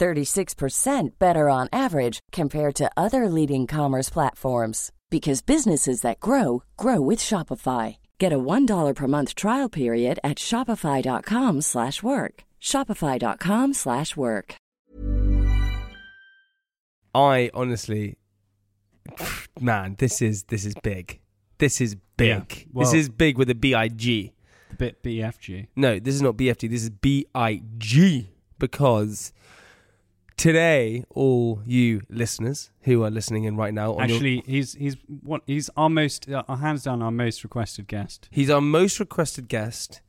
36% better on average compared to other leading commerce platforms because businesses that grow grow with Shopify. Get a $1 per month trial period at shopify.com/work. slash work. shopify.com/work. slash work. I honestly, man, this is this is big. This is big. Yeah, this well- is big with a B I G. The bit BFG. No, this is not BFT. This is B I G because today, all you listeners who are listening in right now, on your- Actually, he's he's what he's our most uh, hands down our most requested guest. he's our most requested guest.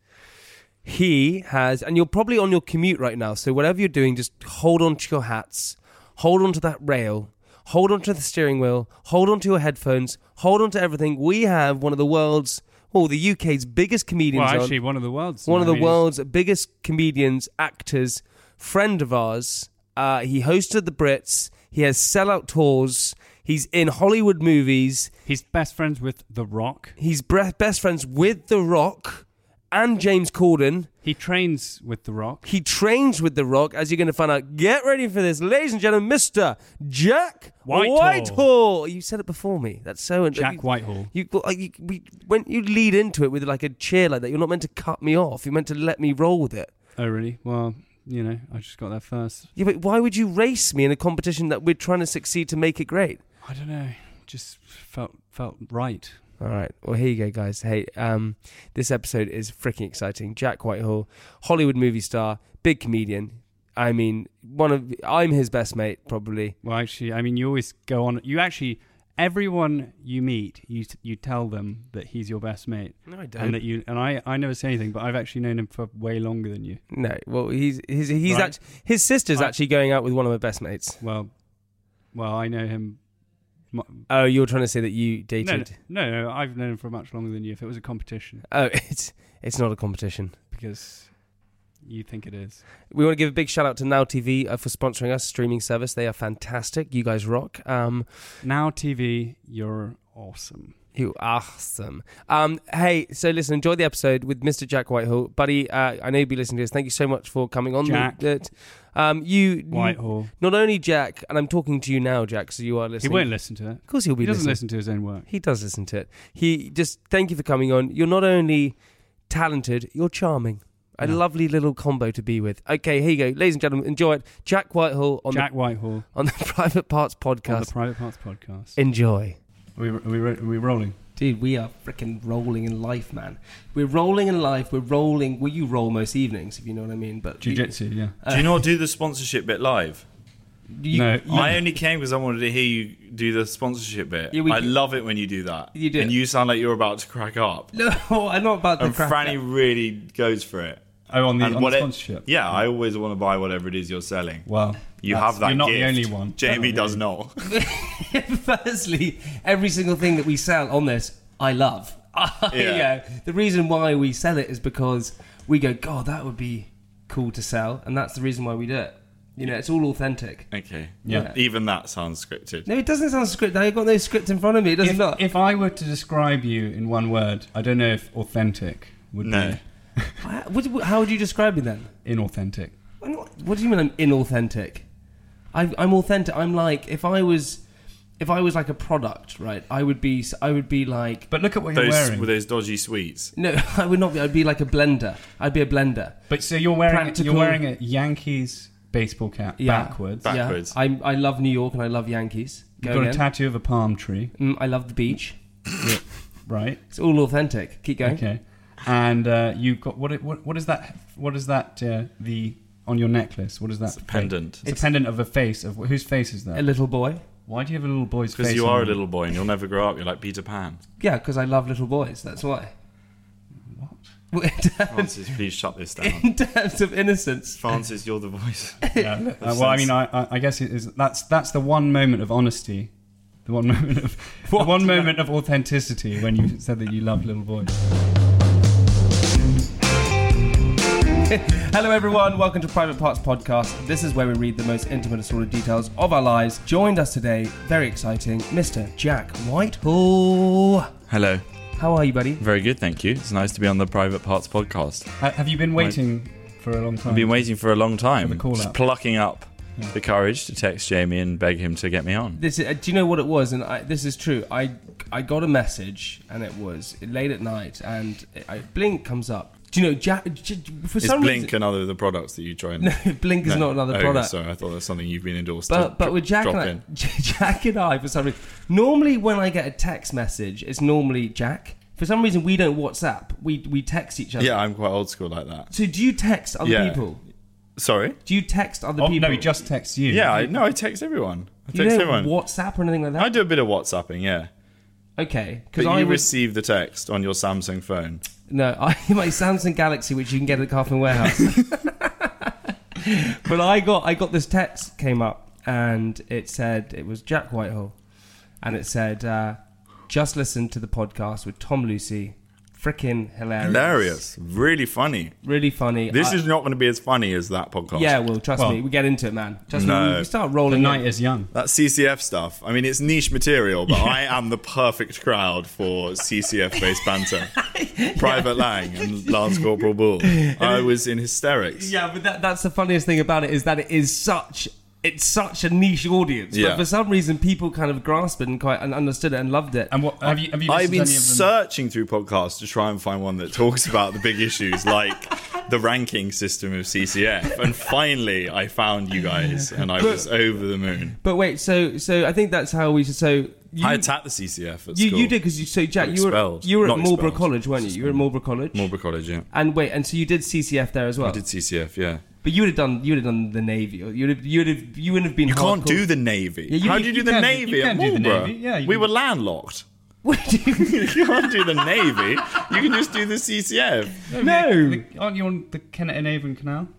He has, and you're probably on your commute right now. So whatever you're doing, just hold on to your hats, hold on to that rail, hold on to the steering wheel, hold on to your headphones, hold on to everything. We have one of the world's, well, the UK's biggest comedians. Well, on. actually, one of the world's one of I the mean, world's biggest comedians, actors, friend of ours. Uh, he hosted the Brits. He has sellout tours. He's in Hollywood movies. He's best friends with The Rock. He's bre- best friends with The Rock and James Corden. He trains with The Rock. He trains with The Rock, as you're going to find out. Get ready for this, ladies and gentlemen, Mr. Jack Whitehall. Whitehall. You said it before me. That's so. Jack you- Whitehall. You, well, you we, when you lead into it with like a cheer like that, you're not meant to cut me off. You're meant to let me roll with it. Oh, really? Well, you know, I just got there first. Yeah, but why would you race me in a competition that we're trying to succeed to make it great? I don't know. Just felt felt right. All right. Well, here you go, guys. Hey, um, this episode is freaking exciting. Jack Whitehall, Hollywood movie star, big comedian. I mean, one of I'm his best mate, probably. Well, actually, I mean, you always go on. You actually, everyone you meet, you you tell them that he's your best mate, No, I and that you and I I never say anything, but I've actually known him for way longer than you. No. Well, he's he's he's Right. act- his sister's Right. actually going out with one of my best mates. Well, well, I know him. mu- Oh, you're trying to say that you No, no, dated? no, no, I've known him for much longer than you. If it was a competition, Oh, it's it's not a competition. because you think it is. We want to give a big shout out to Now TV uh, for sponsoring us, streaming service. They are fantastic. You guys rock. Um, Now TV, you're awesome. You awesome. Um, hey, so listen, enjoy the episode with Mr. Jack Whitehall. Buddy, uh, I know you'll be listening to this. Thank you so much for coming on. Jack. That, um, you, Whitehall. not only Jack, and I'm talking to you now, Jack, so you are He listening. won't listen to it. Of course he'll be He doesn't listening. listen to his own work. He does listen to it. He just, thank you for coming on. You're not only talented, you're charming. A Yeah. lovely little combo to be with. Okay, here you go. Ladies and gentlemen, enjoy it. Jack Whitehall on, Jack Whitehall the, on the Private Parts on the Podcast. Private Parts Podcast. enjoy. Are we, are we, ro- are we rolling? Dude, we are freaking rolling in life, man. We're rolling in life. We're rolling. Well, you roll most evenings, if you know what I mean. But Jiu Jitsu, yeah. Do you not do the sponsorship bit live? You, you, no, you- I only came because I wanted to hear you do the sponsorship bit. Yeah, we I can- love it when you do that. You do And it. you sound like you're about to crack up. no, I'm not about to And crack. Franny really goes for it. Oh, on the, and on the it- sponsorship. yeah, I always want to buy whatever it is you're selling. Well, you that's- have that. You're not the gift. only one. Jamie does not. Firstly, every single thing that we sell on this, I love. I, Yeah. uh, the reason why we sell it is because we go, God, that would be cool to sell, and that's the reason why we do it. You know, it's all authentic. okay. Yeah. Even that sounds scripted. No, it doesn't sound scripted. I've got no script in front of me. It does If, not. if I were to describe you in one word, I don't know if authentic would No. How- would- how would you describe it then? be inauthentic. I'm not, what do you mean I'm inauthentic? I, I'm authentic. I'm like if I was, if I was like a product, right? I would be. I would be like But look at what Those you're wearing. were those dodgy sweets. no. I would not be. I'd be like a blender. I'd be a blender. But so you're wearing Practical- you're wearing a Yankees baseball cap Yeah. backwards. Back- Backwards. Yeah. I I love New York and I love Yankees. Go You've got a again. tattoo of a palm tree, Mm, I love the beach. right? It's all authentic. Keep going. Okay. And uh, you've got what, what? What is that? What is that? Uh, the on your necklace? What is that? It's a pendant. It's, a pendant of a face of whose face is A that? little boy. Why do you have a little boy's face? Because you on are a you? little boy and you'll never grow up. You're like Peter Pan. Yeah, because I love little boys. That's why. What? Well, In terms, Francis, please shut this down. in terms of innocence, Francis, you're the voice. Yeah. Uh, well, I mean, I, I, I guess it is, that's that's the one moment of honesty The one moment of the one moment of authenticity when you said that you love Little Boys. Hello, everyone. Welcome to Private Parts Podcast. This is where we read the most intimate and sordid details of our lives. Joined us today, very exciting, Mr. Jack Whitehall. Hello. How are you, buddy? Very good, thank you. It's nice to be on the Private Parts podcast. Ha- Have you been waiting for a long time? I've been waiting for a long time. For the call just out. plucking up the courage to text Jamie and beg him to get me on. This is, uh, do you know what it was? And I, this is true. I I got a message, and it was late at night, and I, Blink comes up. Do you know Jack? j- j- For Is some Blink reason, another of the products that you try and. no, Blink is No. not another Oh, product. Sorry, I thought that's something you've been endorsed. to But but dro- with Jack and, drop I, in. Jack and I, for some reason, normally when I get a text message, it's normally Jack. For some reason, we don't WhatsApp. We we text each other. Yeah, I'm quite old school like that. So do you text other Yeah. people? Sorry. Do you text other Oh, people? no, he just texts you. Yeah, I, no, I text everyone. I you text don't everyone. WhatsApp or anything like I that. do a bit of WhatsApping, yeah. okay, But because you I was receive the text on your Samsung phone. no, I my Samsung Galaxy, which you can get at the Carphone Warehouse. but I got I got this text came up and it said it was Jack Whitehall, and it said uh, just listen to the podcast with Tom Lucy, frickin' hilarious, Hilarious. Really funny. really funny. This I- is not going to be as funny as that podcast. yeah, well, trust Well- me, we get into it, man. Trust me, No. we- we start The rolling. in. night is young. That CCF stuff. I mean, it's niche material, but I am the perfect crowd for CCF based banter. Private Lang and Lance Corporal Bull. I was in hysterics. Yeah, but that, that's the funniest thing about it is that it is such it's such a niche audience. But Yeah. for some reason, people kind of grasped it and quite and understood it and loved it. And what have you? Have you? I've listened to any been of them? searching through podcasts to try and find one that talks about the big issues like the ranking system of CCF. And finally, I found you guys, and I was over the moon. But wait, so so I think that's how we should. So you I attacked the CCF at you, school. you did because you so Jack Got you were expelled. you were at Not Marlborough expelled. College, weren't you? You were at Marlborough College. Marlborough College, yeah. and wait, and so you did CCF there as well. I did CCF, yeah. But you would have done you would have done the Navy. Or you would have you would have you wouldn't have been. You can't hardcore. do the Navy. you- How do you you do the can- Navy you at can do the Marlborough? Navy, yeah, you we can- were landlocked. What do you- you can't do the Navy. You can just do the CCF. No. The- the- aren't you on the Ken- and Avon Canal?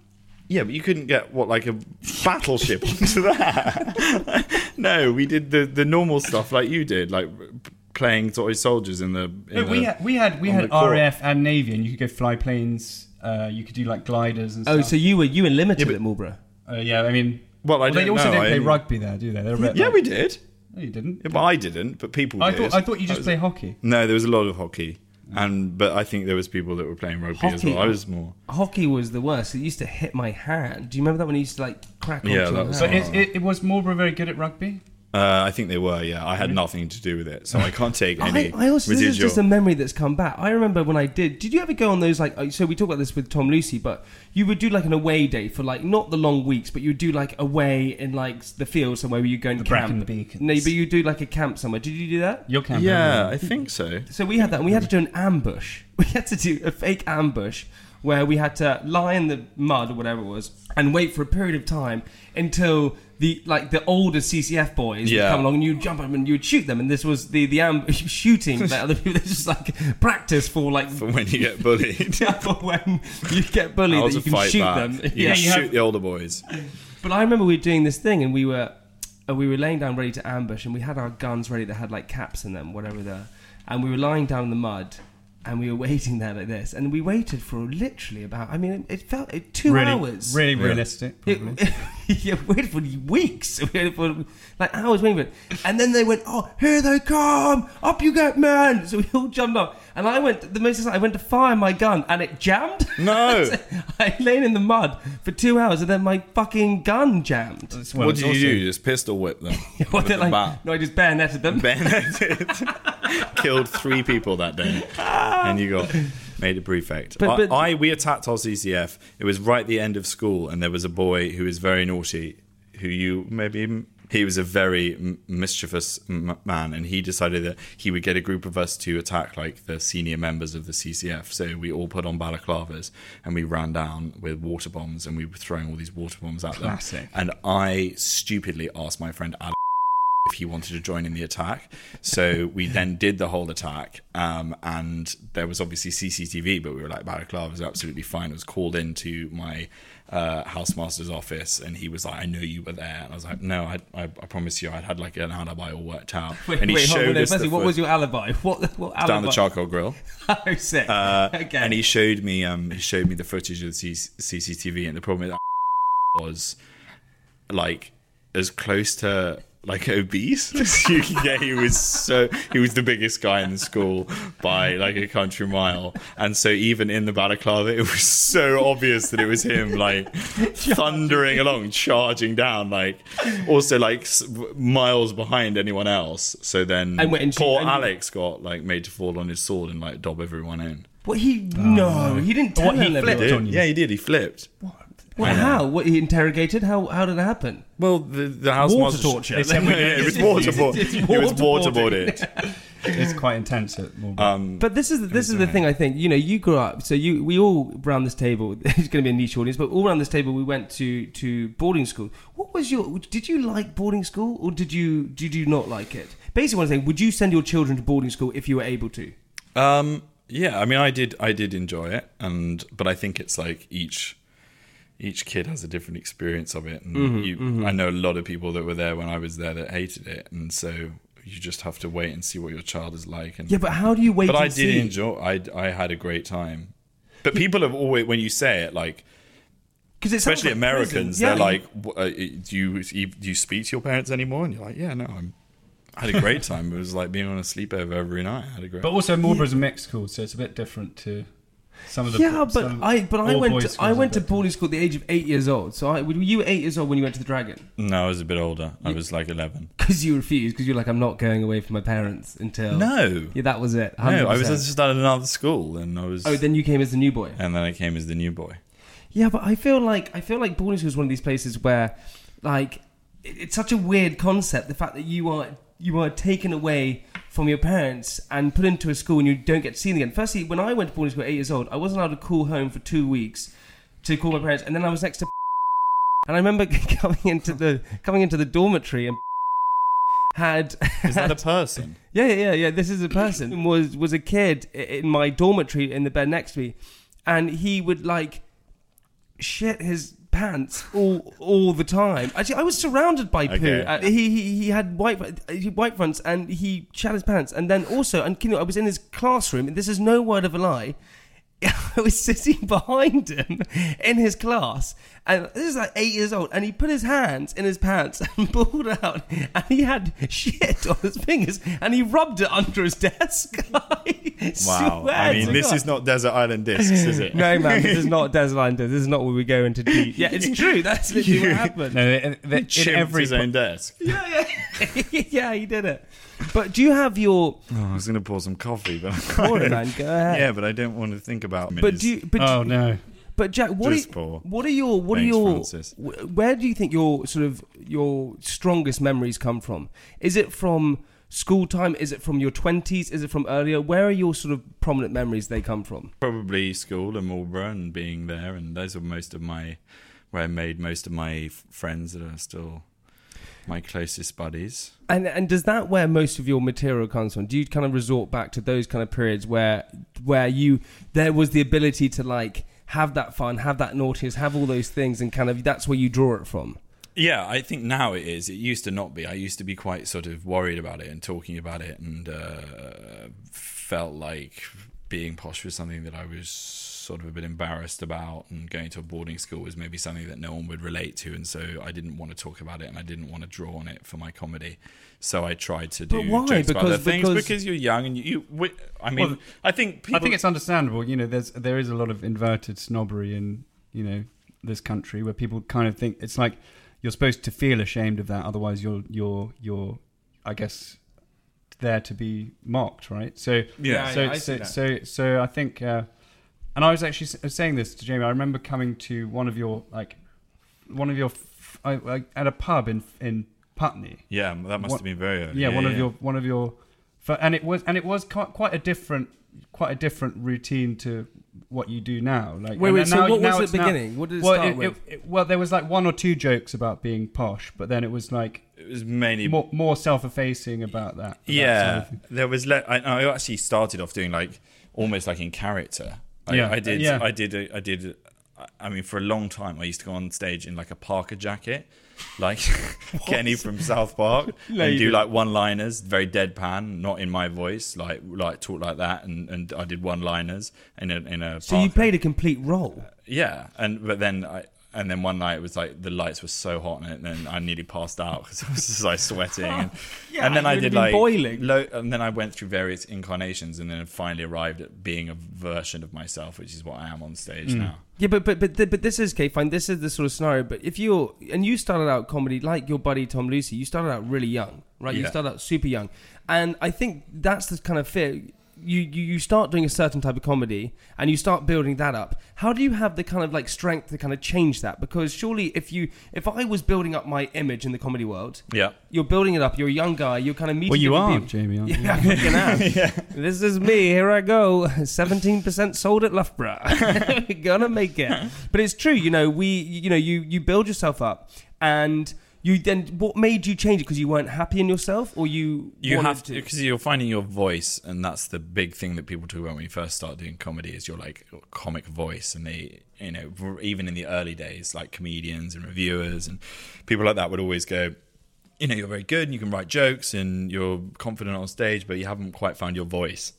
Yeah, but you couldn't get what like a battleship onto that. no, we did the the normal stuff like you did, like playing toy soldiers in the. In No, the we had we had we on had the court. RAF and Navy, and you could go fly planes. Uh, you could do like gliders and oh, stuff. so you were you were limited at Marlborough. uh, yeah, I mean, Well, I they don't also know, don't I- play rugby there, do they? They're a bit yeah, like- we did. No, you didn't. Yeah, but I didn't. But people. I did. thought I thought you That just was- play hockey. No, there was a lot of hockey, and but I think there was people that were playing rugby as Hockey? well. I was more. Hockey was the worst. It used to hit my hand. Do you remember that when it used to like crack? Yeah, onto my that was hand? But is, it, it was Marlborough very good at rugby. Uh, I think they were. Yeah, I had nothing to do with it, so I can't take any. I, I also, this is residual. just a memory that's come back. I remember when I did. Did you ever go on those like? uh, So we talked about this with Tom Lucy, but you would do like an away day for like not the long weeks, but you would do like away in like s- the field somewhere where you go and The camp. Bracken Beacons. No, but you do like a camp somewhere. Did you do that? Your camp. yeah, I think so. So we had that, and we had to do an ambush. We had to do a fake ambush where we had to lie in the mud or whatever it was, and wait for a period of time until the like the older CCF boys would Yeah. come along, and you'd jump them and you'd shoot them, and this was the the ambush shooting that other people this is like practice for like. For when you get bullied. for when you get bullied, How that to you can fight shoot back. them. You Yeah. shoot the older boys. But I remember we were doing this thing, and we were uh, we were laying down ready to ambush, and we had our guns ready that had like caps in them, whatever they're, and we were lying down in the mud, and we were waiting there like this, and we waited for literally about, I mean, it, it felt it, two really, hours. Really realistic. It, probably. yeah, waited for weeks, waited for like hours waiting for it, and then they went, "Oh, here they come! Up you get, man!" So we all jumped up, and I went. The most I went to fire my gun, and it jammed. No. I laid in the mud for two hours, and then my fucking gun jammed. Well, what it's did you also- do? Just pistol whip them Well, with they're the like- bat. no, I just bayoneted them. Bayoneted. Killed three people that day, and you got made a prefect. But- but- I, I we attacked our CCF. It was right at the end of school, and there was a boy who was very naughty, who you maybe. He was a very m- mischievous m- man, and he decided that he would get a group of us to attack like the senior members of the CCF. So we all put on balaclavas and we ran down with water bombs, and we were throwing all these water bombs at Classic. them. And I stupidly asked my friend Alex if he wanted to join in the attack. So we then did the whole attack, um, and there was obviously CCTV, but we were like, Balaclava was absolutely fine. I was called into my uh, housemaster's office, and he was like, I know you were there. And I was like, No, I, I, I promise you, I'd had like an alibi all worked out. and he hold on, showed wait, us the firstly, what was footage your alibi? What, what alibi? down the charcoal grill. oh, sick. Uh, okay. And he showed me um, he showed me the footage of the C- CCTV, and the problem with that was like as close to like obese as you can get. He was so he was the biggest guy in the school by like a country mile, and so even in the balaclava, it was so obvious that it was him, like thundering along, charging down, like also like s- miles behind anyone else. So then And wait, and she- poor and- Alex got like made to fall on his sword and like dob everyone in. what he? no, he didn't tell What, he him flipped everyone. on you. Yeah, Oh, he did. He flipped. Well, how? What he interrogated? How? How did it happen? Well, the, the house Water master- torture. Yeah, it was waterboard. It's It was waterboarding. waterboarded. It's quite intense at Morgan. But this is the, this is the thing I think. You know, you grew up, so you we all around this table. It's going to be a niche audience, but all around this table, we went to to boarding school. What was your? Did you like boarding school, or did you did you not like it? Basically, what I'm saying, would you send your children to boarding school if you were able to? Um, yeah, I mean, I did, I did enjoy it, and but I think it's like each each kid has a different experience of it, and you, I know a lot of people that were there when I was there that hated it, and so you just have to wait and see what your child is like. And Yeah, but how do you wait? but I and did see? enjoy. I I had a great time. But people have always, when you say it, like because especially Americans, they're like, "W- uh, do you do you speak to your parents anymore? And you're like, yeah, no, I'm. I had a great time. It was like being on a sleepover every night. I had a great. But also, Marlborough's a mixed school, so it's a bit different to some of the. Yeah, but some I but I all went boys to, schools I are went to different. boarding school at the age of eight years old. So I, were you eight years old when you went to the Dragon? no, I was a bit older. I was like 11. Because you refused. Because you're like, I'm not going away from my parents until No, Yeah, that was it. no, I was 100%. just at another school, and I was. Oh, then you came as the new boy. and then I came as the new boy. Yeah, but I feel like I feel like boarding school is one of these places where, like, it- it's such a weird concept. The fact that you are you are taken away from your parents and put into a school and you don't get seen again. Firstly, when I went to boarding school at eight years old, I wasn't allowed to call home for two weeks to call my parents, and then I was next to. And I remember coming into the coming into the dormitory and had Is that a person? yeah, yeah, yeah, yeah. This is a person was was a kid i- in my dormitory in the bed next to me, and he would like shit his pants all all the time. Actually, I was surrounded by poo. Okay. Uh, he, he he had white uh, he- white fronts, and he shat his pants. And then also, and you know, I was in his classroom, and this is no word of a lie. I was sitting behind him in his class, and this is like eight years old, and he put his hands in his pants and pulled out, and he had shit on his fingers, and he rubbed it under his desk. I Wow. swear I mean, to this God. is not Desert Island Discs, is it? No, man, this is not Desert Island. This is not where we go into deep. Yeah, it's true. That's literally what happened. No, in, in Chimped every his own desk. Yeah, yeah. yeah, he did it. But do you have your Oh, I was going to pour some coffee, but Pour it, man. Go ahead. yeah, Um, but I don't want to think about. But do you, but, Oh no! but Jack, what Just are, pour. what are your what Thanks, are your Francis. wh- where do you think your sort of your strongest memories come from? Is it from school time? Is it from your twenties? Is it from earlier? Where are your sort of prominent memories they come from? probably school and Marlborough and being there, and those were most of my where I made most of my f- friends that are still my closest buddies. And and does that where most of your material comes from? Do you kind of resort back to those kind of periods where where you there was the ability to like have that fun, have that naughtiness, have all those things, and kind of that's where you draw it from? Yeah, I think now it is. It used to not be. I used to be quite sort of worried about it and talking about it, and uh, felt like being posh was something that I was sort of a bit embarrassed about, and going to a boarding school was maybe something that no one would relate to, and so I didn't want to talk about it, and I didn't want to draw on it for my comedy. So I tried to do But why? jokes about other Because- things because- because you're young, and you. you we, I mean, Well, I think people. I think it's understandable. You know, there's there is a lot of inverted snobbery in you know this country where people kind of think it's like you're supposed to feel ashamed of that, otherwise you're you're you're I guess there to be mocked, right? So Yeah. so Yeah, I see so, that. so so I think, uh, and I was actually s- saying this to Jamie. I remember coming to one of your like one of your f- I, I, at a pub in in Putney yeah, that must What- have been very early. yeah, one of your one of your fir- and it was and it was qui- quite a different quite a different routine to what you do now. Like, Wait, wait. and then So now- what now was it's the now- beginning? What did it well, start it- with? it- it- well, there was like one or two jokes about being posh, but then it was like It was mainly more, more self-effacing about that. that side yeah of thing. there was le- I, I actually started off doing like almost like in character i, Yeah. I did Yeah. i did a, i did a, I mean, for a long time, I used to go on stage in like a Parker jacket, like Kenny from South Park, and Lady. do like one-liners, very deadpan, not in my voice, like like talk like that, and, and I did one-liners in a in a. So you Parker- played a complete role. yeah, and but then I and then one night it was like the lights were so hot and then I nearly passed out because I was just like sweating. And, Yeah, and then you I would've did been like boiling. Lo- and then I went through various incarnations and then finally arrived at being a version of myself, which is what I am on stage Mm. now. Yeah, but but but th- but this is okay. Fine, this is the sort of scenario. But if you're and you started out comedy like your buddy Tom Lucy, you started out really young, right? You Yeah. started out super young, and I think that's the kind of fear. You, you you start doing a certain type of comedy and you start building that up. How do you have the kind of like strength to kind of change that? Because surely if you if I was building up my image in the comedy world, Yeah. you're building it up. You're a young guy. You're kind of meeting. Well, you different are, people. Jamie. Aren't you? Yeah, I fucking am. This is me. Here I go. Seventeen percent sold at Loughborough. We're gonna make it. But it's true. You know, we. You know, you you build yourself up, and you then what made you change it because you weren't happy in yourself, or you You wanted have to because you're finding your voice, and that's the big thing that people talk about when you first start doing comedy is your like comic voice, and they you know r- even in the early days like comedians and reviewers and people like that would always go. You know, you're very good and you can write jokes and you're confident on stage, but you haven't quite found your voice.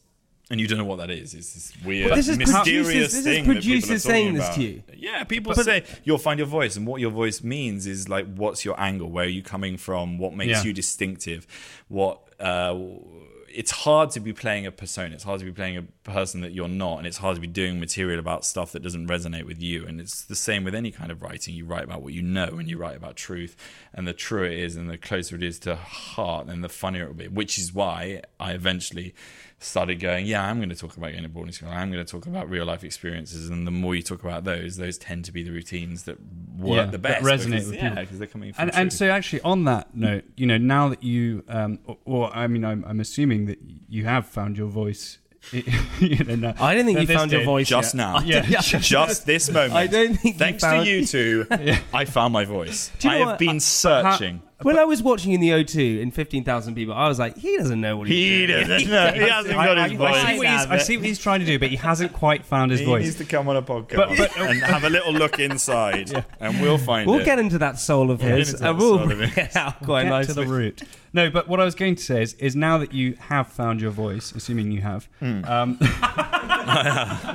And you don't know what that is. It's this weird, But this is mysterious producers- this is thing. that people are producers talking saying this about. to you. Yeah, people say you'll find your voice, and what your voice means is like what's your angle, where are you coming from, what makes Yeah. you distinctive, what. Uh, it's hard to be playing a persona. It's hard to be playing a person that you're not, and it's hard to be doing material about stuff that doesn't resonate with you. And it's the same with any kind of writing. You write about what you know, and you write about truth. And the truer it is, and the closer it is to heart, then the funnier it will be. Which is why I eventually started going, yeah, I'm going to talk about going to boarding school. I'm going to talk about real life experiences. And the more you talk about those, those tend to be the routines that work Yeah, the that best. resonate because, with yeah, people. because they're coming from And, and truth. so, actually, on that note, you know, now that you, um, or, or I mean, I'm, I'm assuming that you have found your voice. you know, now- I don't think at you this found your stage. voice just yet. now, Yeah. just this moment. I don't think you Thanks found- to you two, I found my voice. Do you I know have what? Uh, been searching. When I was watching in the O2 in fifteen thousand people, I was like, he doesn't know what he's he doing. doesn't know. He hasn't I, got I- his I see voice. what he's, I see what he's trying to do, but he hasn't quite found his He voice. needs to come on a podcast But- but- and have a little look inside, and we'll find We'll it. get into that soul of get his, into and that we'll soul of bring his. it out quite get nicely. to the root. No, but what I was going to say is, is now that you have found your voice, assuming you have, um,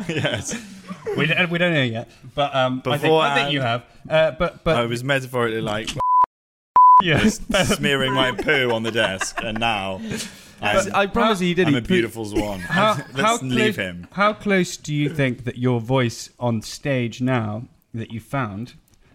yes. we, don't- we don't know yet, but um, I, think, I think you have. Uh, but but I was metaphorically like yes, smearing my poo on the desk, and now I'm, I promise you, you did. I'm he a beautiful swan. how, Let's how close, leave him. How close do you think that your voice on stage now that you found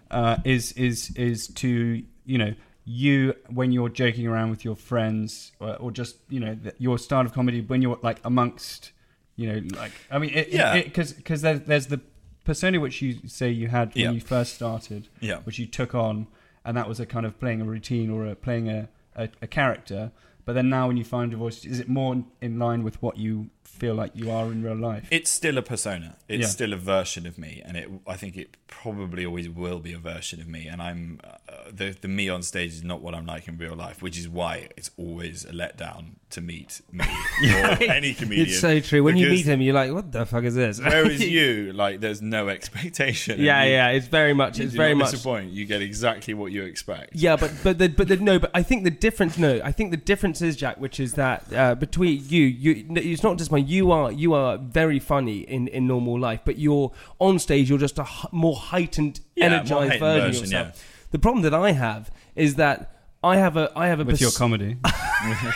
uh, is is is to you know you when you're joking around with your friends or, or just you know th your style of comedy when you're like amongst you know like I mean it, Yeah. because because there's, there's the persona which you say you had when Yeah. you first started Yeah. which you took on and that was a kind of playing a routine or a playing a, a, a character but then now when you find your voice is it more in line with what you feel like you are in real life It's still a persona. It's Yeah. still a version of me, and it. I think it probably always will be a version of me. And I'm uh, the the me on stage is not what I'm like in real life, which is why it's always a letdown to meet me or any comedian. It's so true. When you Because meet him, you're like, what the fuck is this? Whereas you, like, there's no expectation. and yeah, you- yeah. It's very much. you It's do very not much. disappoint. You get exactly what you expect. Yeah, but but the, but the, no, but I think the difference. No, I think the difference is Jack, which is that uh, between you, you, no, it's not just my. You are you are very funny in, in normal life, but you're on stage. You're just a h- more heightened, Yeah, more energized heightened version, of version, yourself. The problem that I have is that I have a I have a with your pers- comedy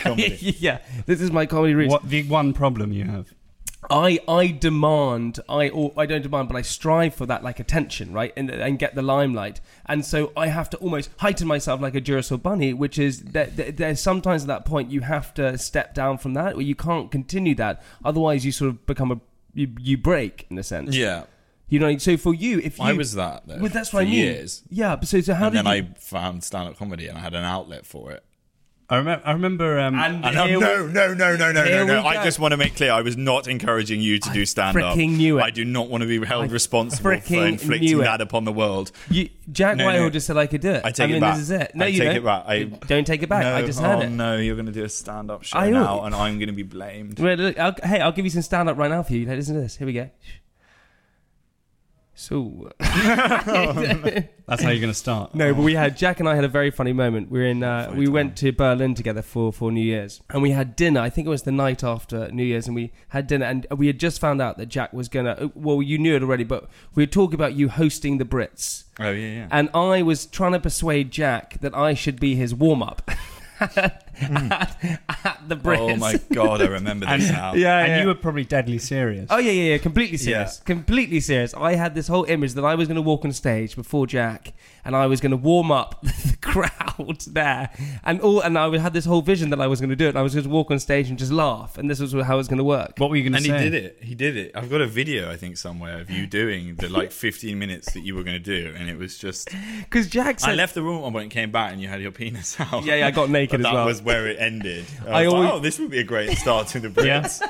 Comedy. yeah, this is my comedy route. what the one problem you have I I demand I or I don't demand, but I strive for that like attention, right, and and get the limelight, and so I have to almost heighten myself like a Duracell bunny, which is that that- there's sometimes at that point you have to step down from that, or you can't continue that, otherwise you sort of become a you, you break in a sense, yeah. you know. So for you, if you I was that. Though, well, that's for what I mean, Years. yeah. but So so how and did then you, I found stand up comedy and I had an outlet for it. I remember. I remember. Um, And, And I'm, here- no, no, no, no, no, here no, no. we I go. just want to make clear I was not encouraging you to do stand up. fricking knew it. I do not want to be held I responsible for fricking inflicting knew it. that upon the world. You, Jack No, Whitehall no. just said I could do it. I take mean, it back. This is it. No, I you take don't. it back. I- don't take it back. no, I just heard oh, it. no, you're going to do a stand up show I will. now, and I'm going to be blamed. Wait, look, I'll, hey, I'll give you some stand up right now for you. Listen to this. Here we go. So that's how you're going to start. no, but we had Jack and I had a very funny moment. We were in. Uh, we went to Berlin together for for New Year's, and we had dinner. I think it was the night after New Year's, and we had dinner. And we had just found out that Jack was gonna. uh, Well, you knew it already, but we were talking about you hosting the Brits. Oh, yeah, yeah. and I was trying to persuade Jack that I should be his warm up at, at the Brits. Oh, my God, I remember this now. Yeah, and yeah. you were probably deadly serious. Oh yeah, yeah, yeah. Completely serious. Yeah. Completely serious. I had this whole image that I was going to walk on stage before Jack, and I was going to warm up the crowd there, and all. And I had this whole vision that I was going to do it. And I was going to walk on stage and just laugh, and this was how it was going to work. What were you going to And say? he did it. He did it. I've got a video, I think, somewhere of you doing the like 15 minutes that you were going to do, and it was just. Because Jack said, I left the room at one point and came back, and you had your penis out. Yeah, yeah, I got naked But as that well. was where it ended. I, I was like, always- oh, this would be a great start to the Brits.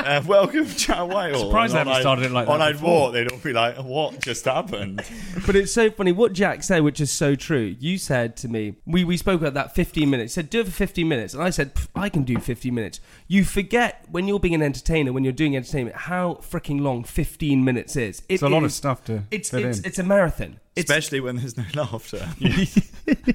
uh, welcome, Chad Whitehall. Surprised And they haven't on I'd- started it like that On I'd before. walk, they'd all be like, "What just happened?" But it's so funny what Jack said, which is so true. You said to me, we, we spoke about that 15 minutes. You said, do it for 15 minutes. And I said, "Pff, I can do 15 minutes. You forget when you're being an entertainer, when you're doing entertainment, how freaking long 15 minutes is. It It's a lot of is- stuff to It's, fit it's, in. it's a marathon. It's, Especially when there's no laughter.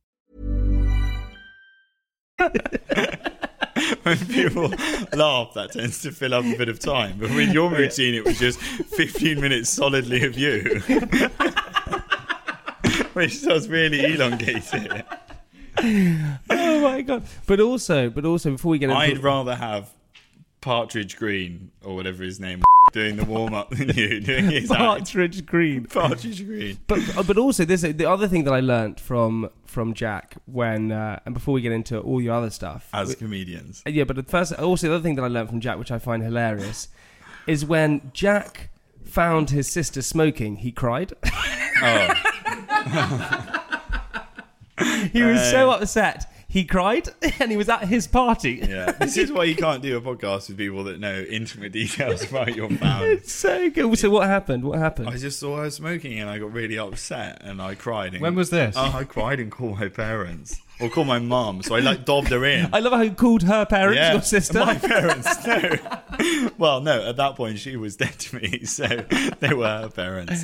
when people laugh, that tends to fill up a bit of time. But with your routine, it was just 15 minutes solidly of you, which does really elongate it. oh my God. But also, but also, before we get into I'd rather have Partridge Green or whatever his name doing the warm up than you doing his act. Partridge Green. Partridge Green. but but also this the other thing that I learnt from from Jack when uh, and before we get into all your other stuff As comedians. Yeah, but the first, also the other thing that I learned from Jack, which I find hilarious, is when Jack found his sister smoking, he cried. Oh. he was so Uh, upset, he cried, and he was at his party. Yeah. This is why you can't do a podcast with people that know intimate details about your band. so good. So what happened? What happened? I just saw her smoking and I got really upset and I cried. And, When was this? Oh, I cried and called my parents or called my mum. So I like dobbed her in. I love how he called her parents Yeah. your sister. My parents, no. well, no, at that point she was dead to me, so they were her parents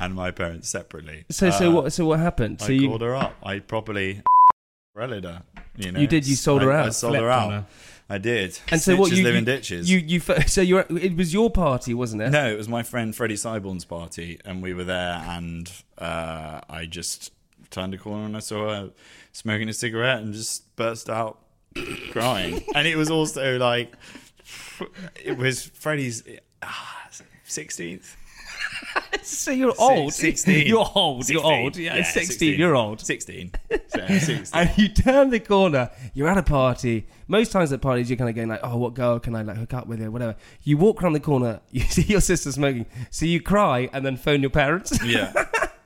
and my parents separately. so so Uh, what so what happened? I So you called her up. I probably rallied her. You know, You did, you sold I- her out. I sold her Flipped out. on her. I did. and so what Snitches you live you, in ditches. You you fir- so you were- it was your party, wasn't it? no, it was my friend Freddie Cyborn's party, and we were there, and uh, I just turned a corner and I saw her smoking a cigarette and just burst out crying. and it was also like it was Freddie's ah, sixteenth. So you're old. 16. You're old. You're 16. old. Yeah, 16. You're old. 16. So, 16. and you turn the corner, you're at a party. Most times at parties, you're kind of going like, "Oh, what girl can I like hook up with?" or whatever. You walk around the corner, you see your sister smoking, so you cry and then phone your parents. yeah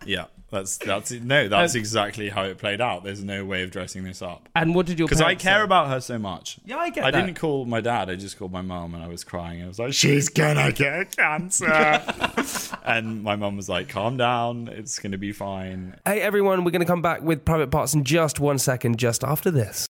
yeah that's that's no that's exactly how it played out there's no way of dressing this up And what did your? because i parents care say? about her so much Yeah, I get i that. didn't call my dad i just called my mum and i was crying i was like she's gonna get cancer and my mum was like calm down it's gonna be fine Hey everyone, we're going to come back with private parts in just one second, just after this.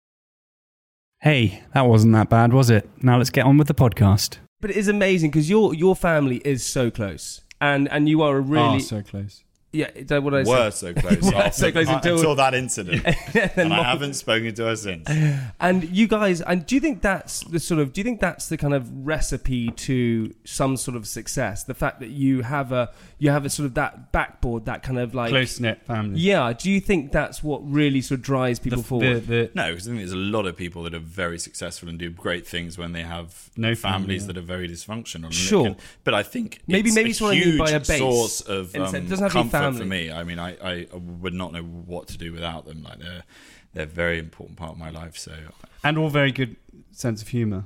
Hey, that wasn't that bad, was it? Now let's get on with the podcast. But it is amazing because your your family is so close, and and you are a really Ah, so close. Yeah, is that what I Ah, were said? so close, after, so close uh, until- until, that incident, and I haven't spoken to her since. And you guys, and do you think that's the sort of? Do you think that's the kind of recipe to some sort of success? The fact that you have a you have a sort of that backboard, that kind of like Close knit family. Yeah, do you think that's what really sort of drives The, people forward? the, the, No, because I think there's a lot of people that are very successful and do great things when they have No family, families yeah. that are very dysfunctional. and it Sure. can- but I think Maybe- it's maybe a it's what I mean huge by a base. source of And so it um, doesn't have to be comfort for family. me. I mean, I, I would not know what to do without them. Like they're they're a very important part of my life. So and all very good sense of humour.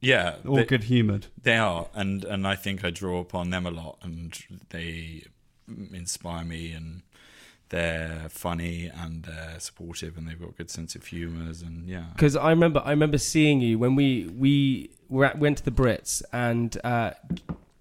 yeah, All they, good humoured. they are, and and I think I draw upon them a lot, and they inspire me and. They're funny and they're supportive and they've got good sense of humours and yeah. Because I remember, I remember seeing you when we we were at, went to the Brits and uh,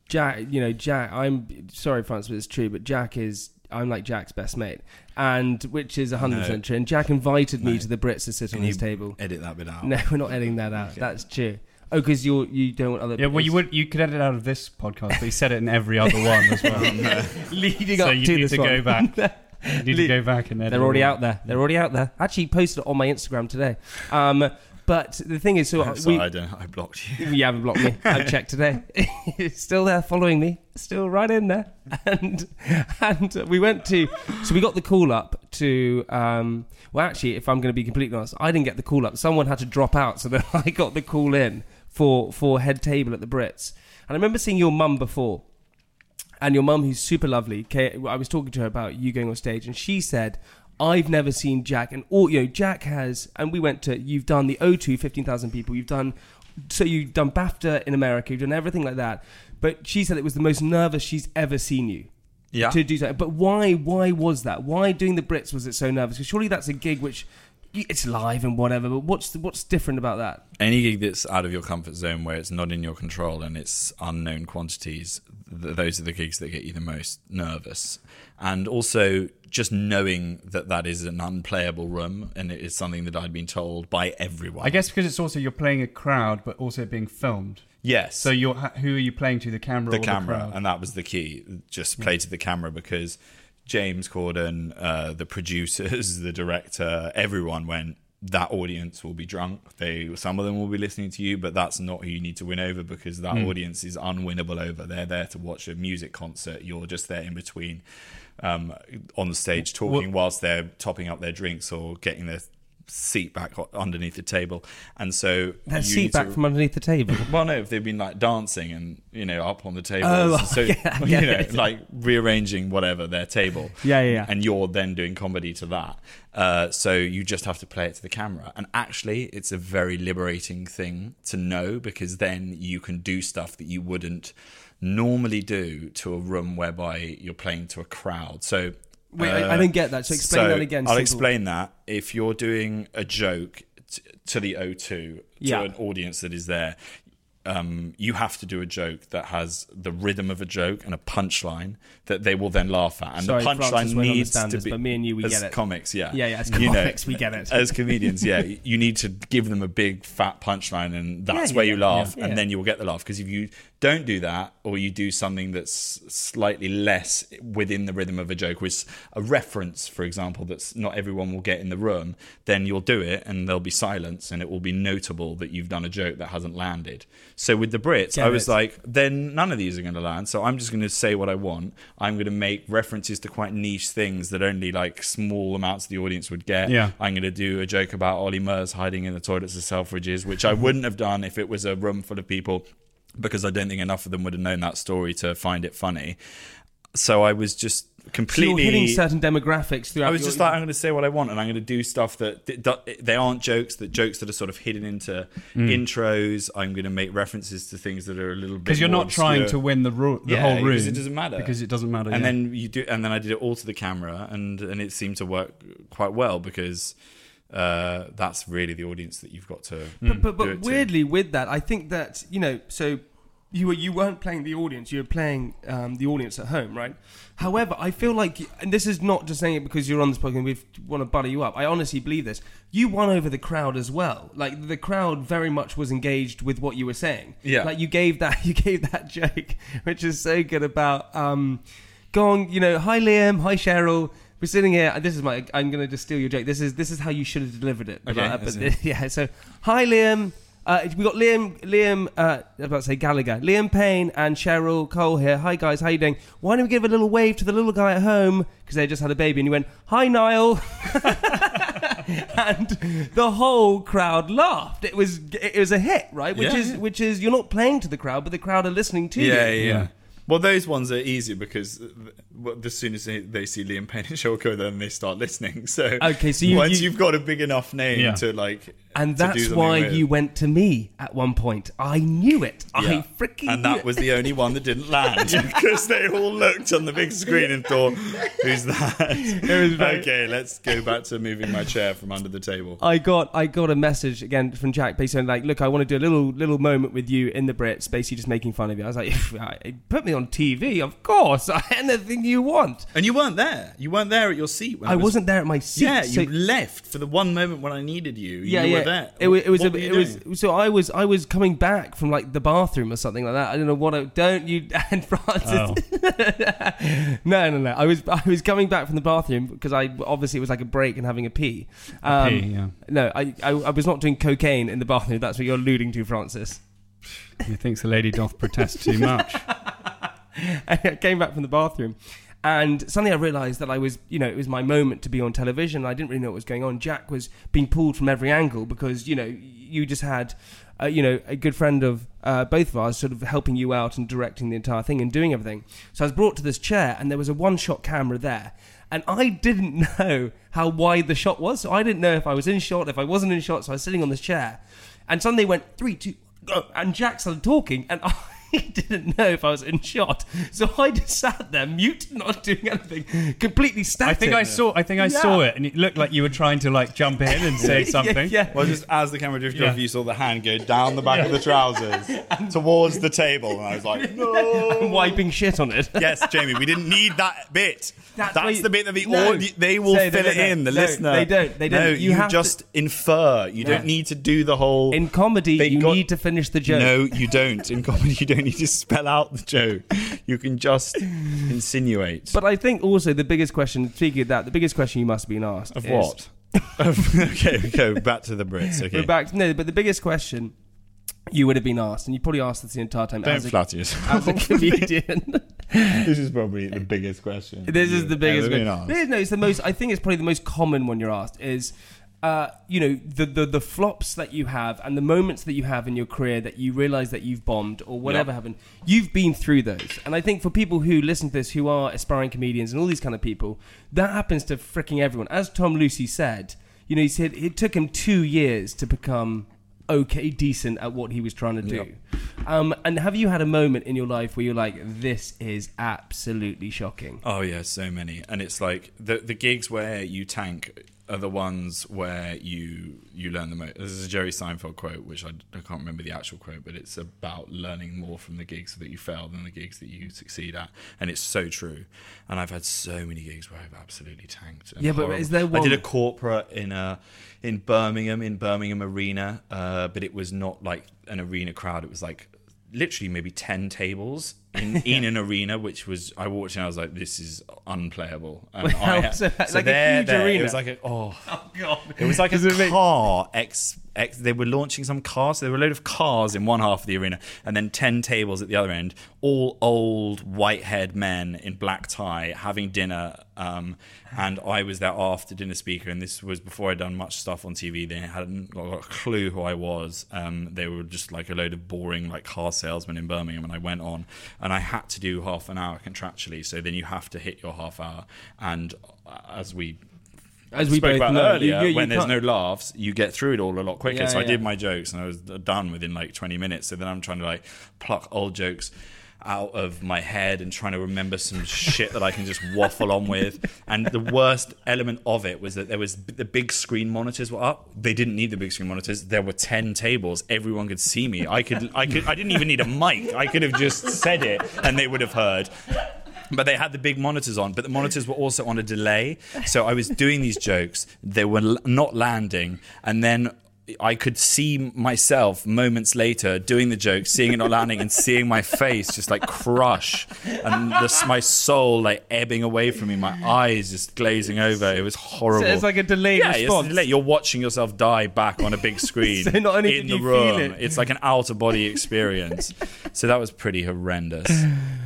Jack. You know, Jack. I'm sorry, France, but it's true. But Jack is. I'm like Jack's best mate, and which is 100 percent true. And Jack invited me No. to the Brits to sit Can on his you table. Edit that bit out. No, we're not editing that out. That's true. Oh, because you you don't want other Yeah, well, you would you could edit out of this podcast, but you said it in every other one as well. leading so up you to need this to one. go back. You need to Le- go back and edit. They're already all out there. They're already out there. Actually, posted it on my Instagram today. Um, but the thing is, so I'm we, sorry, I don't. I blocked you. You haven't blocked me. I've checked today. it's still there, following me. Still right in there. And and we went to. So we got the call up to. Um, well, actually, if I'm going to be completely honest, I didn't get the call up. Someone had to drop out, so then I got the call in for for head table at the Brits. And I remember seeing your mum before. And your mum, who's super lovely, ca- I was talking to her about you going on stage, and she said, I've never seen Jack. And all, you know, Jack has, and we went to, you've done the O2, 15,000 people, you've done, so you've done BAFTA in America, you've done everything like that. But she said it was the most nervous she's ever seen you Yeah. to do that. But why? Why was that? Why doing the Brits was it so nervous? Because surely that's a gig which y- it's live and whatever. But what's the, what's different about that? Any gig that's out of your comfort zone, where it's not in your control and it's unknown quantities, th- those are the gigs that get you the most nervous. And also, just knowing that that is an unplayable room, and it is something that I'd been told by everyone. I guess because it's also you're playing a crowd, but also being filmed. yes. So you're ha- who are you playing to? The camera. the or The camera, crowd? and that was the key. Just play to the camera because James Corden, uh, the producers, the director, everyone went. That audience will be drunk. They some of them will be listening to you, but that's not who you need to win over because that audience is unwinnable over. They're there to watch a music concert. You're just there in between, um, on the stage talking whilst they're topping up their drinks or getting their seat back o- underneath the table. And so That you seat need back to- from underneath the table. well, no, if they've been like dancing and you know up on the table, Oh, so yeah, you yeah, know, yeah. like rearranging whatever their table. Yeah, yeah, yeah. And you're then doing comedy to that. Uh, so you just have to play it to the camera, and actually, it's a very liberating thing to know because then you can do stuff that you wouldn't normally do to a room whereby you're playing to a crowd. So. uh, Wait, I- I don't get that. So explain that again, I'll simple. explain that. If you're doing a joke t- to the O2 to Yeah. an audience that is there, um, you have to do a joke that has the rhythm of a joke and a punchline that they will then laugh at. And Sorry, the Francis punchline won't needs to understand this, be. but me and you, we as get it. Comics, yeah, Yeah, yeah, as You know, comics, we get it. As comedians, yeah, you need to give them a big fat punchline, and that's yeah, where you yeah, laugh, yeah. and Yeah. then you will get the laugh. Because if you don't do that, or you do something that's slightly less within the rhythm of a joke, with a reference, for example, that's not everyone will get in the room, then you'll do it, and there'll be silence, and it will be notable that you've done a joke that hasn't landed. So with the Brits, Get I was it. like, then none of these are going to land. So I'm just going to say what I want. I'm going to make references to quite niche things that only like small amounts of the audience would get. Yeah. I'm going to do a joke about Ollie Murs hiding in the toilets of Selfridges, which I wouldn't have done if it was a room full of people because I don't think enough of them would have known that story to find it funny. So I was just So you're completely hitting certain demographics throughout. I was your- just like, I'm going to say what I want, and I'm going to do stuff that that- that- they aren't jokes, that jokes that are sort of hidden into intros. I'm going to make references to things that are a little bit Mm. because you're more not trying to obscure. win the, ro- the Yeah, whole room. because it doesn't matter. Because it doesn't matter. And yeah. then you do, and then I did it all to the camera, and and it seemed to work quite well because uh, that's really the audience that you've got to. Mm. but but, Mm, do but it to. weirdly, with that, I think that you know, so you were you weren't playing the audience; you were playing um, the audience at home, right? However, I feel like, and this is not just saying it because you're on this podcast and we want to butter you up. I honestly believe this. You won over the crowd as well. Like the crowd very much was engaged with what you were saying. Yeah. like you gave that you gave that joke, which is so good about. Um, gong. You know, hi Liam, hi Cheryl. We're sitting here. and This is my. I'm gonna just steal your joke. This is this is how you should have delivered it. Okay, Like, that's but- yeah. So hi Liam. Uh, we got Liam, Liam, uh, I was about to say Gallagher, Liam Payne and Cheryl Cole here. Hi guys, how you doing? Why don't we give a little wave to the little guy at home because they just had a baby? And he went, "Hi Niall," and the whole crowd laughed. It was it was a hit, right? Which Yeah, is yeah. which is you're not playing to the crowd, but the crowd are listening to you. Yeah, yeah, Yeah. yeah. Well, those ones are easy because uh, well, as soon as they- they see Liam Payne and Cheryl Cole, then they start listening. So Okay, so you- once you- you, have got a big enough name Yeah. to like, And to do that's something why with. you went to me at one point. I knew it. Yeah. I freaking and knew that it. was the only one that didn't land because they all looked on the big screen and thought, "Who's that?" okay, let's go back to moving my chair from under the table. I got I got a message again from Jack basically saying, like, look, I want to do a little little moment with you in the Brits, basically just making fun of you. I was like, put me on TV, of course, anything you want. And you weren't there. You weren't there at your seat. When I it was- wasn't there at my seat. Yeah, so- you left for the one moment when I needed you. you yeah, were yeah. there. It was. It was. What A, were you it was. doing? So I was. I was coming back from like the bathroom or something like that. I don't know what. I, don't you, and Francis? Oh. no, no, no. I was. I was coming back from the bathroom because I obviously it was like a break and having a pee. Um, pee, yeah. No, I, I. I was not doing cocaine in the bathroom. That's what you're alluding to, Francis. Methinks the lady doth protest too much. I came back from the bathroom. And suddenly I realised that I was, you know, it was my moment to be on television. I didn't really know what was going on. Jack was being pulled from every angle because, you know, you just had, uh, you know, a good friend of uh, both of ours sort of helping you out and directing the entire thing and doing everything. So I was brought to this chair and there was a one shot camera there. And I didn't know how wide the shot was. So I didn't know if I was in shot, if I wasn't in shot. So I was sitting on this chair. And suddenly they went three, two, go. And Jack started talking. And I. He didn't know if I was in shot, so I just sat there, mute, not doing anything, completely I static. think I saw. I think I Yeah. saw it, and it looked like you were trying to like jump in and say something. Yeah, Well, just as the camera drifted Yeah. off, you saw the hand go down the back of the trousers towards the table, and I was like, "No." I'm wiping shit on it. yes, Jamie, we didn't need that bit. That's That's, why you- the bit that the No. audi- they will Say they don't fill it know. in. The No, listener, they don't, they don't. No, You you, have just to- infer. You Yeah. don't need to do the whole. In comedy, They you got- need to finish the joke. No, you don't. In comedy, you don't need to spell out the joke. You can just insinuate. But I think also the biggest question, speaking of that, the biggest question you must have been asked of is- what? Of- okay, we go back to the Brits. Okay, We're back. No, but the biggest question you would have been asked, and you probably asked this the entire time don't as, a, flatter yourself. as a comedian. This is probably the biggest question. This is the biggest. Yeah, one. This is- no, it's the most. I think it's probably the most common one you're asked is, uh, you know, the, the the flops that you have and the moments that you have in your career that you realize that you've bombed or whatever Yeah. happened. You've been through those, and I think for people who listen to this, who are aspiring comedians and all these kind of people, that happens to freaking everyone. As Tom Lucy said, you know, he said it took him two years to become okay, decent at what he was trying to do. Um, and have you had a moment in your life where you're like, this is absolutely shocking? Oh yeah, so many, and it's like the the gigs where you tank are the ones where you you learn the most. This is a Jerry Seinfeld quote, which I, I can't remember the actual quote, but it's about learning more from the gigs that you fail than the gigs that you succeed at, and it's so true. And I've had so many gigs where I've absolutely tanked. and Yeah, but horrible. is there I did one- a corporate in a in Birmingham in Birmingham Arena, uh, but it was not like an arena crowd. It was like literally maybe ten tables in, in an arena, which was I walked in. I was like, this is unplayable. And I had- So, like a huge It arena? was like a, oh. Oh god! It was like a car. Ex, ex, they were launching some cars. So there were a load of cars in one half of the arena, and then ten tables at the other end, all old white-haired men in black tie having dinner. Um, and I was their after dinner speaker, and this was before I'd done much stuff on TV. They hadn't got a clue who I was. Um, they were just like a load of boring like car salesmen in Birmingham, and I went on, and I had to do half an hour contractually. So then you have to hit your half hour, and uh, as we As we spoke both about know, earlier, you- you- you when there's can't- no laughs, you get through it all a lot quicker. Yeah, so I yeah. did my jokes and I was done within like 20 minutes. So then I'm trying to like pluck old jokes out of my head and trying to remember some shit that I can just waffle on with. And the worst element of it was that there was the big screen monitors were up. They didn't need the big screen monitors. There were 10 tables. Everyone could see me. I could I could I didn't even need a mic. I could have just said it and they would have heard. But they had the big monitors on, but the monitors were also on a delay. So I was doing these jokes, they were l- not landing, and then I could see myself moments later doing the joke, seeing it not landing, and seeing my face just like crush, and this, my soul like ebbing away from me, my eyes just glazing over. It was horrible. So it's like a delayed yeah, response. It's delayed. You're watching yourself die back on a big screen. So not only in did the you room, feel it- it's like an out of body experience. so that was pretty horrendous.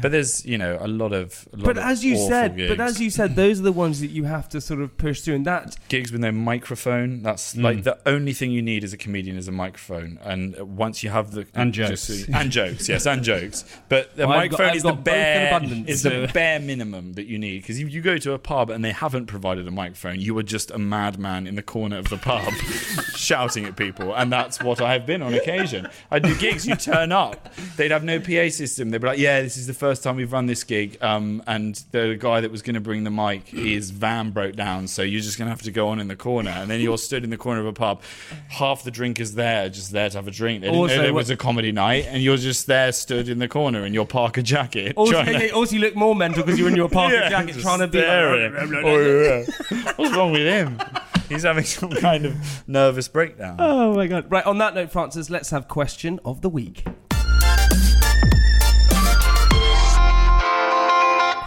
But there's you know a lot of a lot But of as you awful said, gigs. but as you said, those are the ones that you have to sort of push through, and that gigs with no microphone. That's Mm. like the only thing you need as a comedian is a microphone. And uh, once you have the And just- jokes. and jokes, yes, and jokes. But the Well, I've got- microphone I've is got the both in bare abundance, is so- the bare minimum that you need because if you go to a pub and they haven't provided a microphone, you are just a madman in the corner of the pub shouting at people, and that's what I have been on occasion. I do gigs. You turn up, they'd have no PA system. They'd be like, "Yeah, this is the first time we've run this gig, um, and the guy that was going to bring the mic, his van broke down, so you're just going to have to go on in the corner." And then you're stood in the corner of a pub, half the drinkers there, just there to have a drink. They didn't Also, know there what- was a comedy night, and you're just there, stood in the corner in your Parker jacket. also, trying to- they also you look more mental because you're in your parka yeah, jacket just trying to be. staring. Like, Oh, yeah. What's wrong with him? He's having some kind of nervous breakdown. oh my god! Right on that note, Francis, let's have question of the week. Question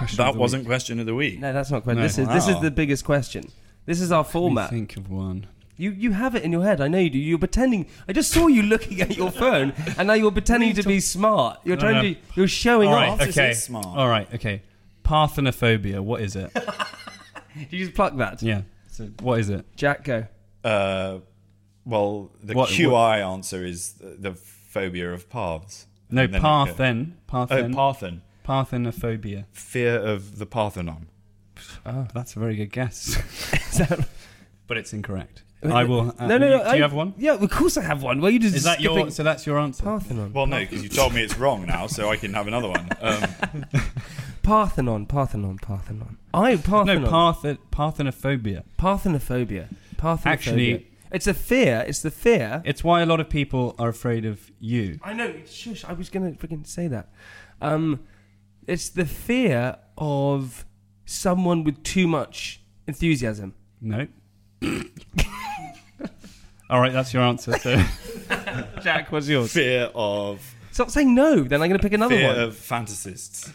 of that the wasn't week. question of the week. No, that's not question. No. This is this is Wow. the biggest question. This is our Let me format. Think of one. You you have it in your head. I know you do. You're pretending. I just saw you looking at your phone, and now you're pretending to be smart. You're No, trying Uh, no. to. You're showing All off. right. This Okay. is smart. All right. Okay. Parthenophobia. What is it? Did you just pluck that, yeah. So what is it? Jack? Go. Uh, well, the What- QI answer is the, the phobia of paths. No. And then- Parthen. Oh, Parthen. Parthen. Parthenophobia. Fear of the Parthenon. Oh, that's a very good guess. but it's incorrect. Wait, I will. uh, no, no, you- no. Do I- you have one? Yeah, of course I have one. Well, you just Is that your? skipping- So that's your answer. Parthenon? Well, no, because you told me it's wrong now, so I can have another one. Um, Parthenon, Parthenon, Parthenon. I Parthenon. No, Parthen. Parthenophobia. Parthenophobia. Parthenophobia. Actually- it's a fear. It's the fear. It's why a lot of people are afraid of you. I know. Shush. I was gonna freaking say that. Um, it's the fear of someone with too much enthusiasm. No. All right, that's your answer. So Jack, what's yours? fear of Stop saying no. Then I'm gonna pick another fear one. of fantasists.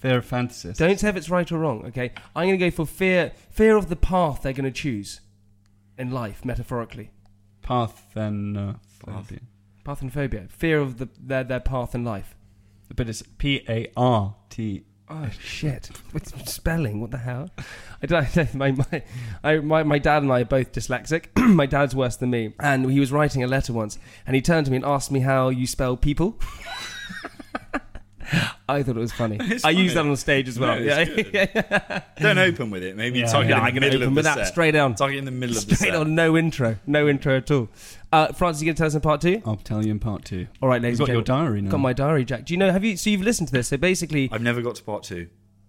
they're a fantasist. Don't say if it's right or wrong. Okay. I'm gonna go for fear. Fear of the path they're gonna choose in life, metaphorically. Parthenophobia. Parthenophobia. Fear of the their their path in life. But it's P A R T. Oh shit! What's spelling? What the hell? I don't. know. My my, I, my my dad and I are both dyslexic. my dad's worse than me, and he was writing a letter once, and he turned to me and asked me how you spell people. I thought it was funny. I used that on stage as well. No, yeah, it's Don't open with it. Maybe Yeah. target Mm. Yeah, in the I'm gonna middle open of with the that set. straight on. Target in the middle of the Straight set. on, no intro, no intro at all. Uh, Francis, you gonna tell us in part two? I'll tell you in part two. All right, ladies. You've got and your gentlemen. diary now. Got my diary, Jack. Do you know? Have you? So you've listened to this? So basically, I've never got to part two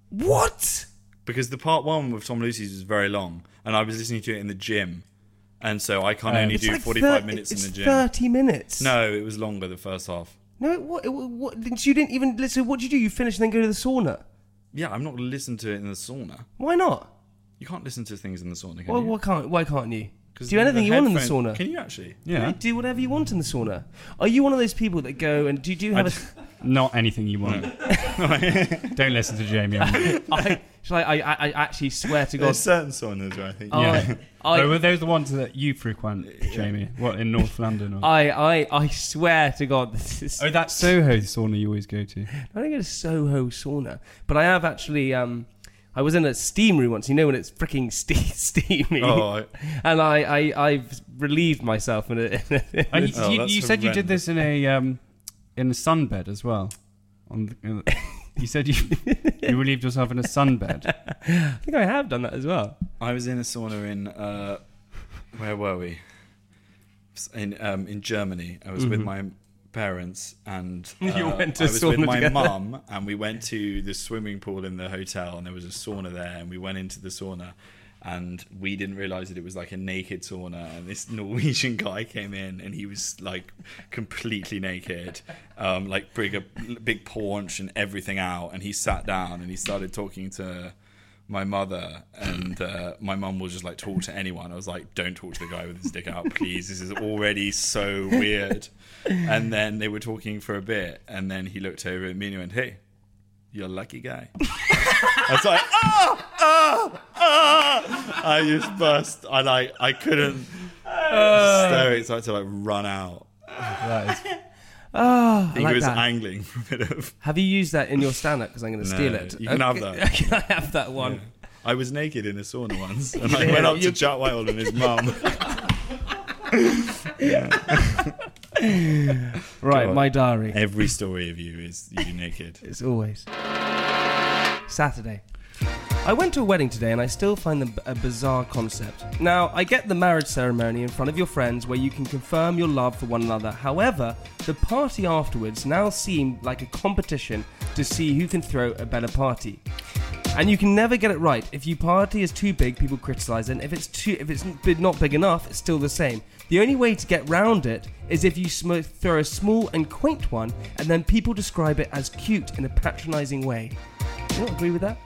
what? because the part one with Tom Lucy's was very long, and I was listening to it in the gym, and so I can Um, only It's do like forty-five thir- minutes in it's the gym. Thirty minutes. No, it was longer the first half. No, it, what, it, what? did- You didn't even listen. What did you do? You finish and then go to the sauna. Yeah, I'm not listening to it in the sauna. Why not? You can't listen to things in the sauna. Can Why, you? why can't? Why can't you? 'Cause Do anything you want in the headphone- sauna. Can you actually? Yeah. You do whatever you want in the sauna. Are you one of those people that go and do you do I have a? d- not anything you want. Don't listen to Jamie. I, shall I, I? I I actually swear to God. There's certain saunas where I think. I- yeah. I- oh, were those the ones that you frequent, Jamie? What in North London? Or? I, I, I swear to God, this is. oh, that Soho sauna you always go to. I don't go to Soho sauna, but I have actually. Um, I was in a steam room once. You know when it's freaking ste- steamy, Oh, and I, I, I've relieved myself in a. In a, in Oh, a you, Oh, you, that's you said you did horrendous. this in a um, in a sunbed as well. On the, in the- you said you you relieved yourself in a sunbed. I think I have done that as well. I, I was in a sauna in uh, where were we? In um, in Germany, I was with my parents and uh, Mm-hmm. You went to I was sauna with my together. mum, and we went to the swimming pool in the hotel, and there was a sauna there, and we went into the sauna. And we didn't realize that it was like a naked sauna. And this Norwegian guy came in and he was like completely naked, um, like big, a big paunch and everything out. And he sat down and he started talking to my mother and uh, my mum will just like talk to anyone. I was like, don't talk to the guy with his dick out, please. This is already so weird. And then they were talking for a bit, and then he looked over at me and he went, hey, you're a lucky guy. I was like, ah, ah, ah. I just burst. I like, I couldn't. Hysterics. I had to like run out. That is, Oh, I I think like it was that. angling for a bit of. have you used that in your stand-up? Because I'm going to No, steal it. you can have that. can I have that one? I was naked in a sauna once, and I went up to Jack Wild and his mum. Right, Go on. my diary. Every story of you is you naked. It's always Saturday. I went to a wedding today and I still find them a bizarre concept. Now, I get the marriage ceremony in front of your friends where you can confirm your love for one another. However, the party afterwards now seemed like a competition to see who can throw a better party. And you can never get it right. If your party is too big, people criticize it. And if it's too if it's bi- not big enough, it's still the same. The only way to get round it is if you sm- throw a small and quaint one and then people describe it as cute in a patronizing way. Do you not agree with that?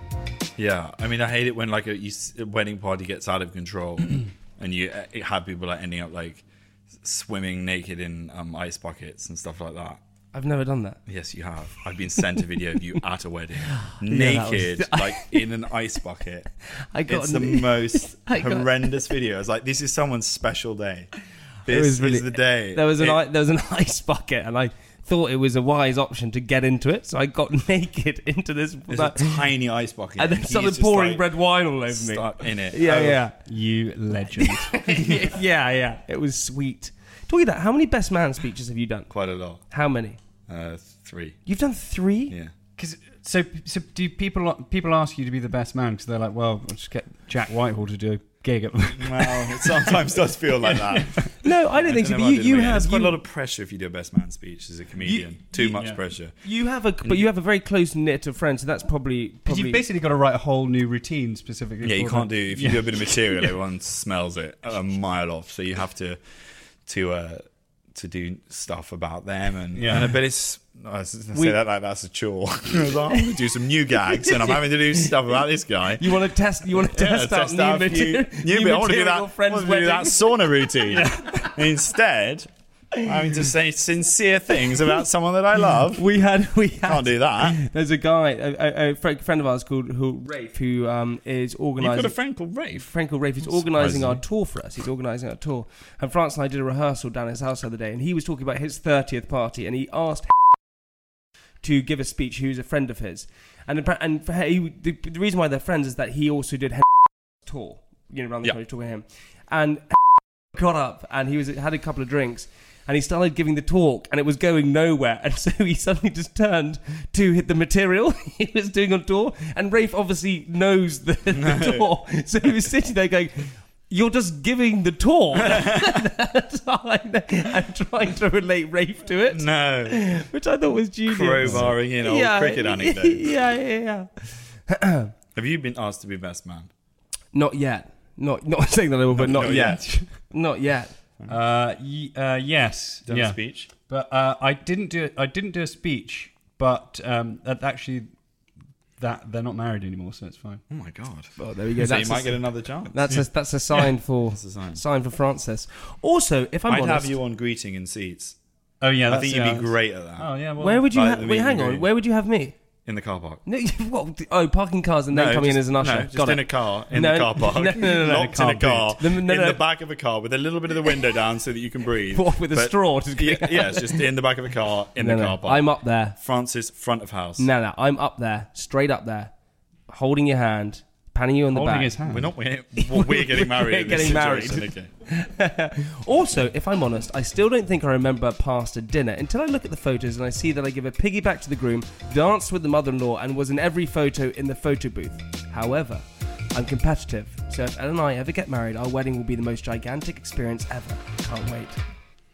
Yeah, I mean, I hate it when like a, you, s- a wedding party gets out of control, and you uh, have people like ending up like s- swimming naked in um, ice buckets and stuff like that. I've never done that. Yes, you have. I've been sent a video of you at a wedding, that was- naked, like in an ice bucket. I got It's the an- e- most I got- horrendous video. I was like, this is someone's special day. This was really- is the day. There was an It- I there was an ice bucket and I thought it was a wise option to get into it, so I got naked into this There's a tiny ice bucket, and then he's started just, pouring like, red wine all over me. stuck in it. Yeah, Oh, yeah. you legend. yeah, yeah. It was sweet. Talking about how many best man speeches have you done? quite a lot. How many? Uh, three. You've done three. Yeah. Because so so do people people ask you to be the best man because they're like, well, I'll just get Jack Whitehall to do a gig. At Well, it sometimes does feel like that. No, I don't think so. don't know But if I you, did you make it. have There's quite you, a lot of pressure if you do a best man speech as a comedian. Too much yeah. pressure. you have a but you have a very close knit of friends, so that's probably Because probably. you've basically got to write a whole new routine specifically. Yeah, you for can't that. do if you do a bit of material, everyone smells it a mile off. So you have to to uh, to do stuff about them and Yeah. and but it's I s- I say We- that like that's a chore. I'm gonna do some new gags and I'm having to do stuff about this guy. you want to test. You want to Yeah, test out new, out a few- material, new new bit. I want to do material that. I Friends want to do that wedding. sauna routine instead. I'm having to say sincere things about someone that I love. We had we had. Can't do that. There's a guy, a, a, a fr- friend of ours called who Rafe, who um, is You've organising. got a friend called Rafe. Frankel Rafe is organising our tour for us. He's organising our tour. And France and I did a rehearsal down at his house the other day, and he was talking about his 30th party, and he asked to give a speech who's a friend of his. And, appa- and for he, the, the reason why they're friends is that he also did tour, you know, around the Yeah. country touring him. And got up and he was had a couple of drinks and he started giving the talk and it was going nowhere and so he suddenly just turned to hit the material he was doing on tour and Rafe obviously knows the, the tour so he was sitting there going you're just giving the tour and trying to relate Rafe to it No. which I thought was genius Crowbarring in old cricket anecdotes. yeah yeah yeah Have you been asked to be best man? Oh, not yet not not saying that I will but not, not yet. not yet Uh, y- uh, yes, Done yeah. a speech? But uh, I didn't do I didn't do a speech. But um, that actually, that they're not married anymore, so it's fine. Oh my god. oh there we go so that's you might get another chance. That's a, that's a sign for a sign. sign. for Francis. Also, if I'm I'd honest, have you on greeting and seats. Oh yeah, I that's, think you'd yeah, be that's- great at that. Oh yeah, well, where would you Like ha- the wait? meeting Hang on, room. where would you have me? In the car park. No, what? Oh, parking cars and then coming in as just- an usher. No, just Got in it. a car, in No, the car park, no, no, no, no. locked in a car, The- no, in no. the back of a car with a little bit of the window down so that you can breathe. What, with a straw to- yeah, yeah, it's just in the back of a car, in No, the no, car park. I'm up there. Francis, front of house. No, no, I'm up there, straight up there, holding your hand, panning you on the holding back. his hand. We're not. We're, well, we're getting married. We're in this getting married. situation, okay. Also, if I'm honest, I still don't think I remember past a dinner until I look at the photos and I see that I give a piggyback to the groom, danced with the mother in law, and was in every photo in the photo booth. However, I'm competitive, so if Ellen and I ever get married, our wedding will be the most gigantic experience ever. Can't wait.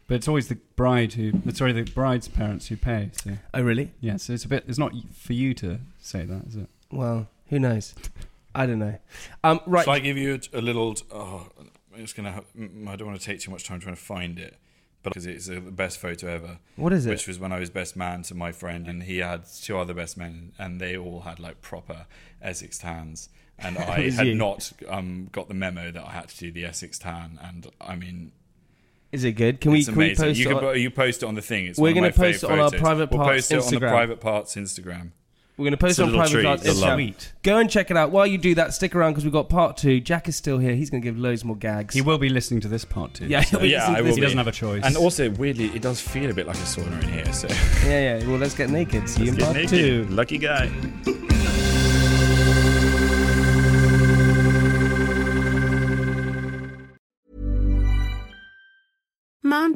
But it's always the bride who. Sorry, the bride's parents who pay. So Oh, really? yeah, so it's a bit. It's not for you to say that, is it? Well, who knows? I don't know. Um, right. Shall I give you a, a little? Oh, it's gonna. Have, mm, I don't want to take too much time trying to find it, but because it's the best photo ever. What is it? Which was when I was best man to my friend, and he had two other best men, and they all had like proper Essex tans, and I was had you. not um, got the memo that I had to do the Essex tan, and I mean. Is it good? Can we, it's can we amazing. post you, it can, on- po- you post it on the thing. It's We're going to gonna post it on our private We'll parts post it on the Instagram. private parts Instagram. We're going to post It's it a on little private treat. cloud It's a Instagram. love. Sweet. Go and check it out. While you do that, stick around because we've got part two. Jack is still here. He's going to give loads more gags. He will be listening to this part too. Yeah, he'll be Yeah, listening to I will. this. He be. doesn't have a choice. And also, weirdly, it does feel a bit like a sauna in here. So, Yeah, yeah. Well, let's get naked. See you in part two. lucky guy. Mom